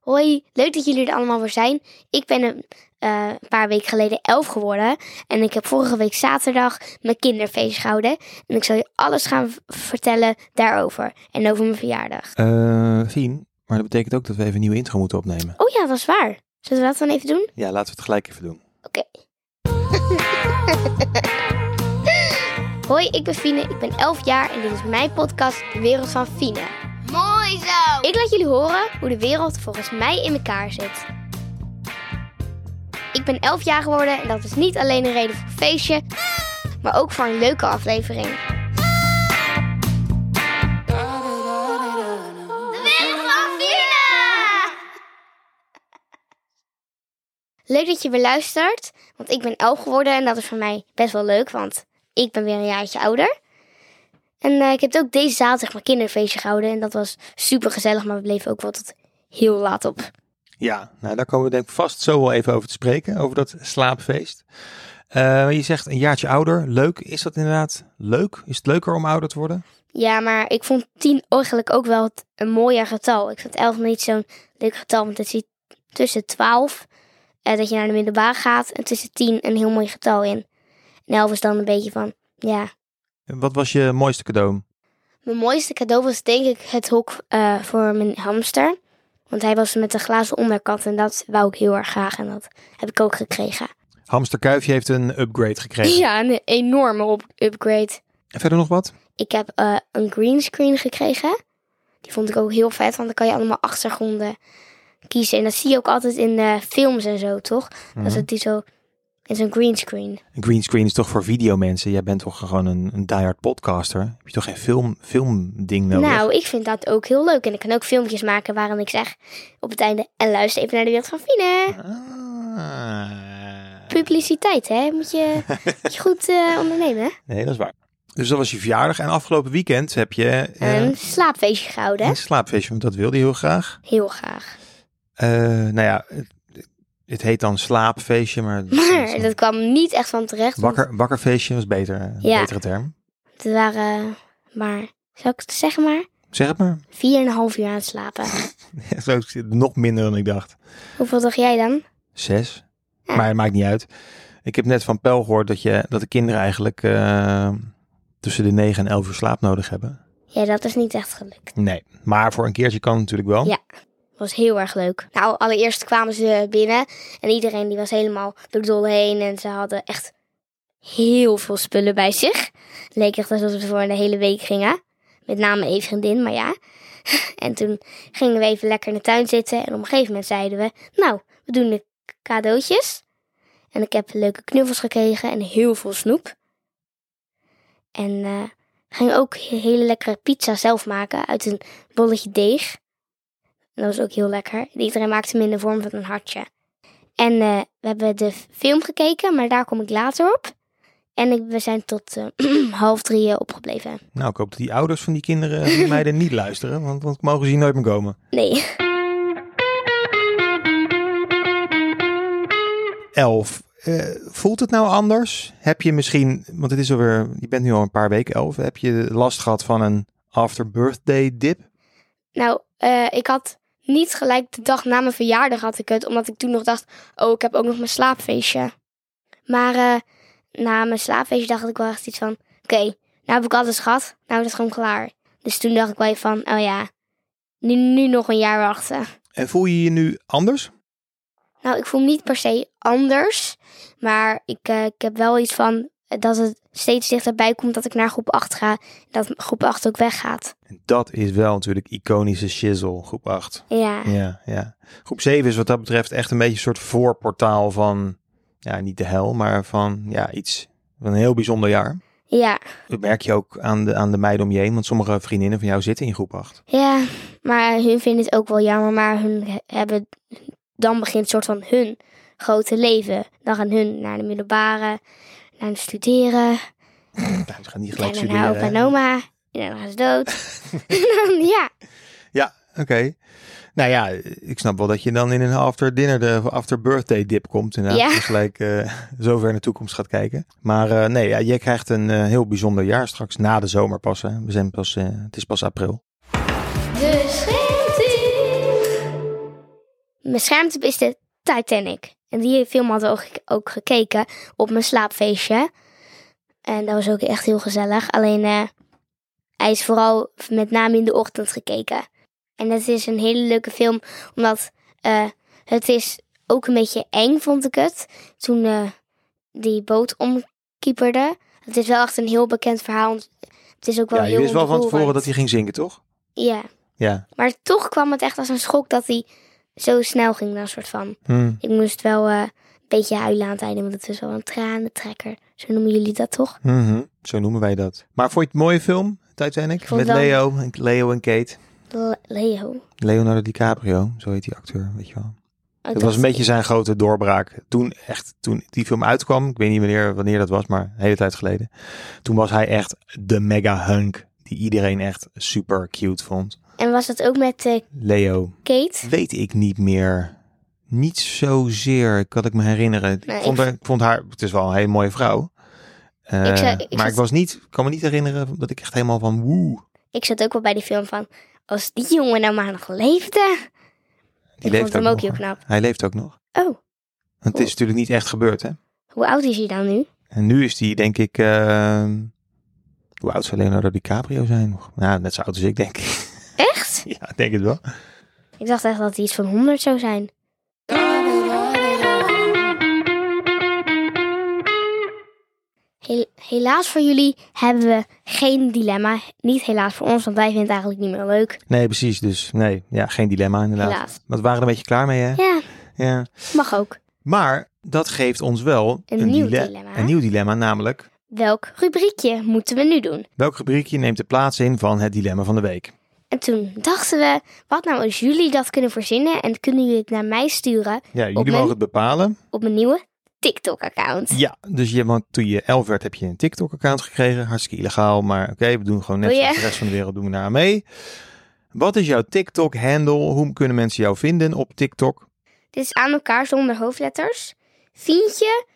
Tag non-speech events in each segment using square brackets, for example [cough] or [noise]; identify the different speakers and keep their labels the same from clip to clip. Speaker 1: Hoi, leuk dat jullie er allemaal weer zijn. Ik ben een eh, een paar weken geleden elf geworden. En ik heb vorige week zaterdag mijn kinderfeest gehouden. En ik zal je alles gaan v- vertellen daarover. En over mijn verjaardag.
Speaker 2: Eh Fien, maar dat betekent ook dat we even een nieuwe intro moeten opnemen.
Speaker 1: Oh ja, dat is waar. Zullen we dat dan even doen?
Speaker 2: Ja, laten we het gelijk even doen.
Speaker 1: Hoi, ik ben Fine. Ik ben elf jaar en dit is mijn podcast De Wereld van Fine.
Speaker 3: Mooi zo!
Speaker 1: Ik laat jullie horen hoe de wereld volgens mij in elkaar zit. Ik ben 11 jaar geworden en dat is niet alleen een reden voor een feestje, maar ook voor een leuke aflevering.
Speaker 3: De wereld van Fina!
Speaker 1: Leuk dat je weer luistert, want ik ben 11 geworden en dat is voor mij best wel leuk, want ik ben weer een jaartje ouder. En eh, ik heb ook deze zaterdag mijn kinderfeestje gehouden en dat was super gezellig, maar we bleven ook wel tot heel laat op.
Speaker 2: Ja, nou daar komen we denk ik vast zo wel even over te spreken, over dat slaapfeest. Eh, je zegt een jaartje ouder, leuk. Is dat inderdaad leuk? Is het leuker om ouder te worden?
Speaker 1: Ja, maar ik vond 10 eigenlijk ook wel t- een mooier getal. Ik vond 11 niet zo'n leuk getal, want het zit tussen 12, eh, dat je naar de middelbare gaat, en tussen 10 een heel mooi getal in. En 11 is dan een beetje van, ja.
Speaker 2: Wat was je mooiste cadeau?
Speaker 1: Mijn mooiste cadeau was denk ik het hok eh, voor mijn hamster. Want hij was met een glazen onderkant en dat wou ik heel erg graag en dat heb ik ook gekregen.
Speaker 2: Hamsterkuifje heeft een upgrade
Speaker 1: [laughs]
Speaker 2: gekregen.
Speaker 1: Ja, een enorme op- upgrade.
Speaker 2: En verder nog wat?
Speaker 1: Ik heb eh, een greenscreen gekregen. Die vond ik ook heel vet, want dan kan je allemaal achtergronden kiezen. En dat zie je ook altijd in eh, films en zo, toch? Dat
Speaker 2: Mhm.
Speaker 1: het die zo in zo'n greenscreen.
Speaker 2: Een greenscreen is toch voor videomensen? Jij bent toch gewoon een, een diehard podcaster? Heb je toch geen film, filmding nodig?
Speaker 1: Nou, ik vind dat ook heel leuk. En ik kan ook filmpjes maken waarin ik zeg op het einde... En luister even naar de wereld van Fine.
Speaker 2: Ah.
Speaker 1: Publiciteit, hè? Moet
Speaker 2: [laughs]
Speaker 1: je, moet je goed eh, ondernemen. hè?
Speaker 2: Nee, dat is waar. Dus dat was je verjaardag. En afgelopen weekend heb je eh,
Speaker 1: Een slaapfeestje gehouden, hè?
Speaker 2: een slaapfeestje, want dat wilde je heel graag.
Speaker 1: Heel graag. [laughs]
Speaker 2: Eh, nou ja, het, het heet dan slaapfeestje, maar, het is
Speaker 1: Maar
Speaker 2: een
Speaker 1: dat kwam niet echt van terecht. want
Speaker 2: wakker, wakkerfeestje was beter, een
Speaker 1: Ja.
Speaker 2: betere term.
Speaker 1: Het waren maar, zou ik het zeggen maar,
Speaker 2: Zeg het maar. [laughs]
Speaker 1: 4,5 uur aan het slapen.
Speaker 2: Zo is het nog minder dan ik dacht.
Speaker 1: Hoeveel dacht jij dan?
Speaker 2: Zes.
Speaker 1: Ja.
Speaker 2: Maar het maakt niet uit. Ik heb net van Pel gehoord dat, je, dat de kinderen eigenlijk eh, tussen de 9 en 11 uur slaap nodig hebben.
Speaker 1: Ja, dat is niet echt gelukt.
Speaker 2: Nee, maar voor een keertje kan het natuurlijk wel.
Speaker 1: Ja. was heel erg leuk. Nou, allereerst kwamen ze binnen en iedereen die was helemaal door de dol heen. En ze hadden echt heel veel spullen bij zich. Het leek echt alsof ze voor een hele week gingen. Met name één vriendin, maar ja. [laughs] En toen gingen we even lekker in de tuin zitten. En op een gegeven moment zeiden we, nou, we doen de cadeautjes. En ik heb leuke knuffels gekregen en heel veel snoep. En eh, ging ook hele lekkere pizza zelf maken uit een bolletje deeg. En dat was ook heel lekker. Iedereen maakte hem in de vorm van een hartje. En eh, we hebben de f- film gekeken, maar daar kom ik later op. En ik- we zijn tot eh, [clears throat] half drie eh, opgebleven.
Speaker 2: Nou, ik hoop dat die ouders van die kinderen, van die
Speaker 1: [laughs]
Speaker 2: meiden niet luisteren, want, want mogen ze hier nooit meer komen.
Speaker 1: Nee, [laughs]
Speaker 2: 11. Eh, voelt het nou anders? Heb je misschien, want het is alweer, je bent nu al een paar weken 11, heb je last gehad van een after birthday dip?
Speaker 1: nou, eh, ik had niet gelijk de dag na mijn verjaardag had ik het. Omdat ik toen nog dacht, oh, ik heb ook nog mijn slaapfeestje. Maar eh, na mijn slaapfeestje dacht ik wel echt iets van, oké, nou heb ik alles gehad. Nou is het gewoon klaar. Dus toen dacht ik wel even van, oh ja, nu, nu nog een jaar wachten.
Speaker 2: En voel je je nu anders?
Speaker 1: Nou, ik voel me niet per se anders. Maar ik, eh, ik heb wel iets van eh, dat het steeds dichterbij komt dat ik naar groep 8 ga. En dat groep 8 ook weggaat.
Speaker 2: En Dat is wel natuurlijk iconische shizzle, groep 8.
Speaker 1: Ja.
Speaker 2: Ja, ja. Groep 7 is wat dat betreft echt een beetje een soort voorportaal van, ja, niet de hel, maar van, ja, iets van een heel bijzonder jaar.
Speaker 1: Ja.
Speaker 2: Dat merk je ook aan de, aan de meiden om je heen, want sommige vriendinnen van jou zitten in groep 8.
Speaker 1: Ja. Maar hun vinden het ook wel jammer. Maar hun he- hebben. Dan begint een soort van hun grote leven. Dan gaan hun naar de middelbare. Naar het studeren.
Speaker 2: Nou, ze gaan niet gelijk
Speaker 1: en dan naar
Speaker 2: studeren.
Speaker 1: opa
Speaker 2: hè?
Speaker 1: en oma. En dan gaan ze dood. [laughs] ja.
Speaker 2: Oké. Nou ja, ik snap wel dat je dan in een after dinner, de after birthday dip komt. Inderdaad,
Speaker 1: Ja.
Speaker 2: dat je gelijk eh, zo ver in de toekomst gaat kijken. Maar eh, nee, ja, jij krijgt een eh, heel bijzonder jaar straks na de zomer pas. Hè. We zijn pas eh, het is pas april.
Speaker 3: De scheeltje.
Speaker 1: Mijn schermtip is de Titanic. En die film hadden we ook, ook gekeken op mijn slaapfeestje. En dat was ook echt heel gezellig. Alleen eh, hij is vooral met name in de ochtend gekeken. En dat is een hele leuke film, omdat eh, het is ook een beetje eng, vond ik het. Toen eh, die boot omkieperde. Het is wel echt een heel bekend verhaal. want Het is ook wel
Speaker 2: Ja,
Speaker 1: heel
Speaker 2: je wist wel van tevoren dat
Speaker 1: ontroerend.
Speaker 2: hij ging zinken, toch?
Speaker 1: Ja.
Speaker 2: Ja.
Speaker 1: Maar toch kwam het echt als een schok dat hij zo snel ging dan soort van.
Speaker 2: Hm.
Speaker 1: Ik moest wel eh, een beetje huilen aan het einde, want het is wel een tranentrekker. Zo noemen jullie dat toch?
Speaker 2: Mhm, Zo noemen wij dat. Maar vond je het een mooie film, Titanic?
Speaker 1: vond
Speaker 2: Met
Speaker 1: het wel-
Speaker 2: Leo, en- Leo en Kate.
Speaker 1: Le- Leo. Oh,
Speaker 2: Leonardo DiCaprio, zo heet die acteur, weet je wel.
Speaker 1: dat-
Speaker 2: Dat was een beetje zijn grote doorbraak. Toen echt, toen die film uitkwam, ik weet niet wanneer, wanneer dat was, maar een hele tijd geleden. Toen was hij echt de mega hunk die iedereen echt super cute vond.
Speaker 1: En was dat ook met eh,
Speaker 2: Leo,
Speaker 1: Kate?
Speaker 2: weet ik niet meer. Niet zozeer, kan ik me herinneren.
Speaker 1: Nee,
Speaker 2: ik, vond
Speaker 1: ik-
Speaker 2: haar, ik vond haar, het is wel een hele mooie vrouw. Eh,
Speaker 1: Ik zou- ik
Speaker 2: maar
Speaker 1: zou-
Speaker 2: ik was niet, kan me niet herinneren dat ik echt helemaal van woe.
Speaker 1: Ik zat ook wel bij die film van, als die jongen nou maar nog leefde.
Speaker 2: Die
Speaker 1: ik vond hem
Speaker 2: nog,
Speaker 1: ook heel
Speaker 2: hoor.
Speaker 1: knap.
Speaker 2: Hij leeft ook nog.
Speaker 1: Oh,
Speaker 2: Want het is natuurlijk niet echt gebeurd, hè?
Speaker 1: hoe oud is hij dan nu?
Speaker 2: En nu is die, denk ik, eh, hoe oud zou Leonardo DiCaprio zijn? Nou, net zo oud als ik, denk ik. [laughs]
Speaker 1: Echt?
Speaker 2: ja, ik denk het wel.
Speaker 1: Ik dacht echt dat hij iets van 100 zou zijn. Hel- helaas voor jullie hebben we geen dilemma. Niet helaas voor ons, want wij vinden het eigenlijk niet meer leuk.
Speaker 2: Nee, precies. Dus nee, ja, geen dilemma inderdaad.
Speaker 1: Helaas.
Speaker 2: Want we waren er een beetje klaar mee, hè?
Speaker 1: Ja,
Speaker 2: Ja.
Speaker 1: mag ook.
Speaker 2: Maar dat geeft ons wel
Speaker 1: Een nieuw
Speaker 2: dile-
Speaker 1: dilemma.
Speaker 2: Een nieuw dilemma, namelijk
Speaker 1: Welk rubriekje moeten we nu doen?
Speaker 2: welk rubriekje neemt de plaats in van het dilemma van de week?
Speaker 1: En toen dachten we, wat nou als jullie dat kunnen verzinnen en kunnen jullie het naar mij sturen
Speaker 2: Ja, jullie
Speaker 1: mijn-
Speaker 2: mogen het bepalen.
Speaker 1: op mijn nieuwe TikTok-account.
Speaker 2: Ja, dus je, want toen je elf werd heb je een TikTok-account gekregen. Hartstikke illegaal, maar oké, we doen gewoon net
Speaker 1: Oh, ja.
Speaker 2: zoals de rest van de wereld doen we daar aan mee. Wat is jouw TikTok-handle? Hoe kunnen mensen jou vinden op TikTok?
Speaker 1: Dit is aan elkaar zonder hoofdletters. Vientje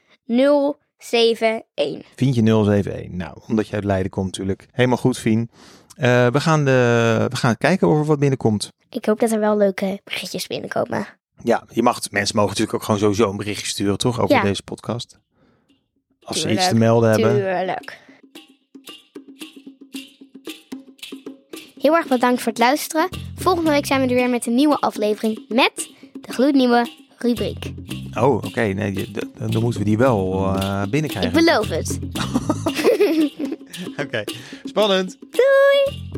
Speaker 1: 071.
Speaker 2: Vientje071. Nou, omdat je uit Leiden komt natuurlijk. Helemaal goed, Vien. Eh, we, gaan de, we gaan kijken of er wat binnenkomt.
Speaker 1: Ik hoop dat er wel leuke berichtjes binnenkomen.
Speaker 2: Ja, je mag, mensen mogen natuurlijk ook gewoon sowieso een berichtje sturen, toch? Over
Speaker 1: Ja.
Speaker 2: deze podcast. Als ze
Speaker 1: Tuurlijk,
Speaker 2: iets te melden hebben.
Speaker 1: Tuurlijk. Heel erg bedankt voor het luisteren. Volgende week zijn we er weer met een nieuwe aflevering met de gloednieuwe rubriek.
Speaker 2: Oh, oké. nee, die- d- dan, moeten we die wel eh,
Speaker 1: Ik
Speaker 2: binnenkrijgen.
Speaker 1: beloof het.
Speaker 2: [laughs] Oké, spannend.
Speaker 1: Doei!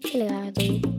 Speaker 1: Hele rare doei.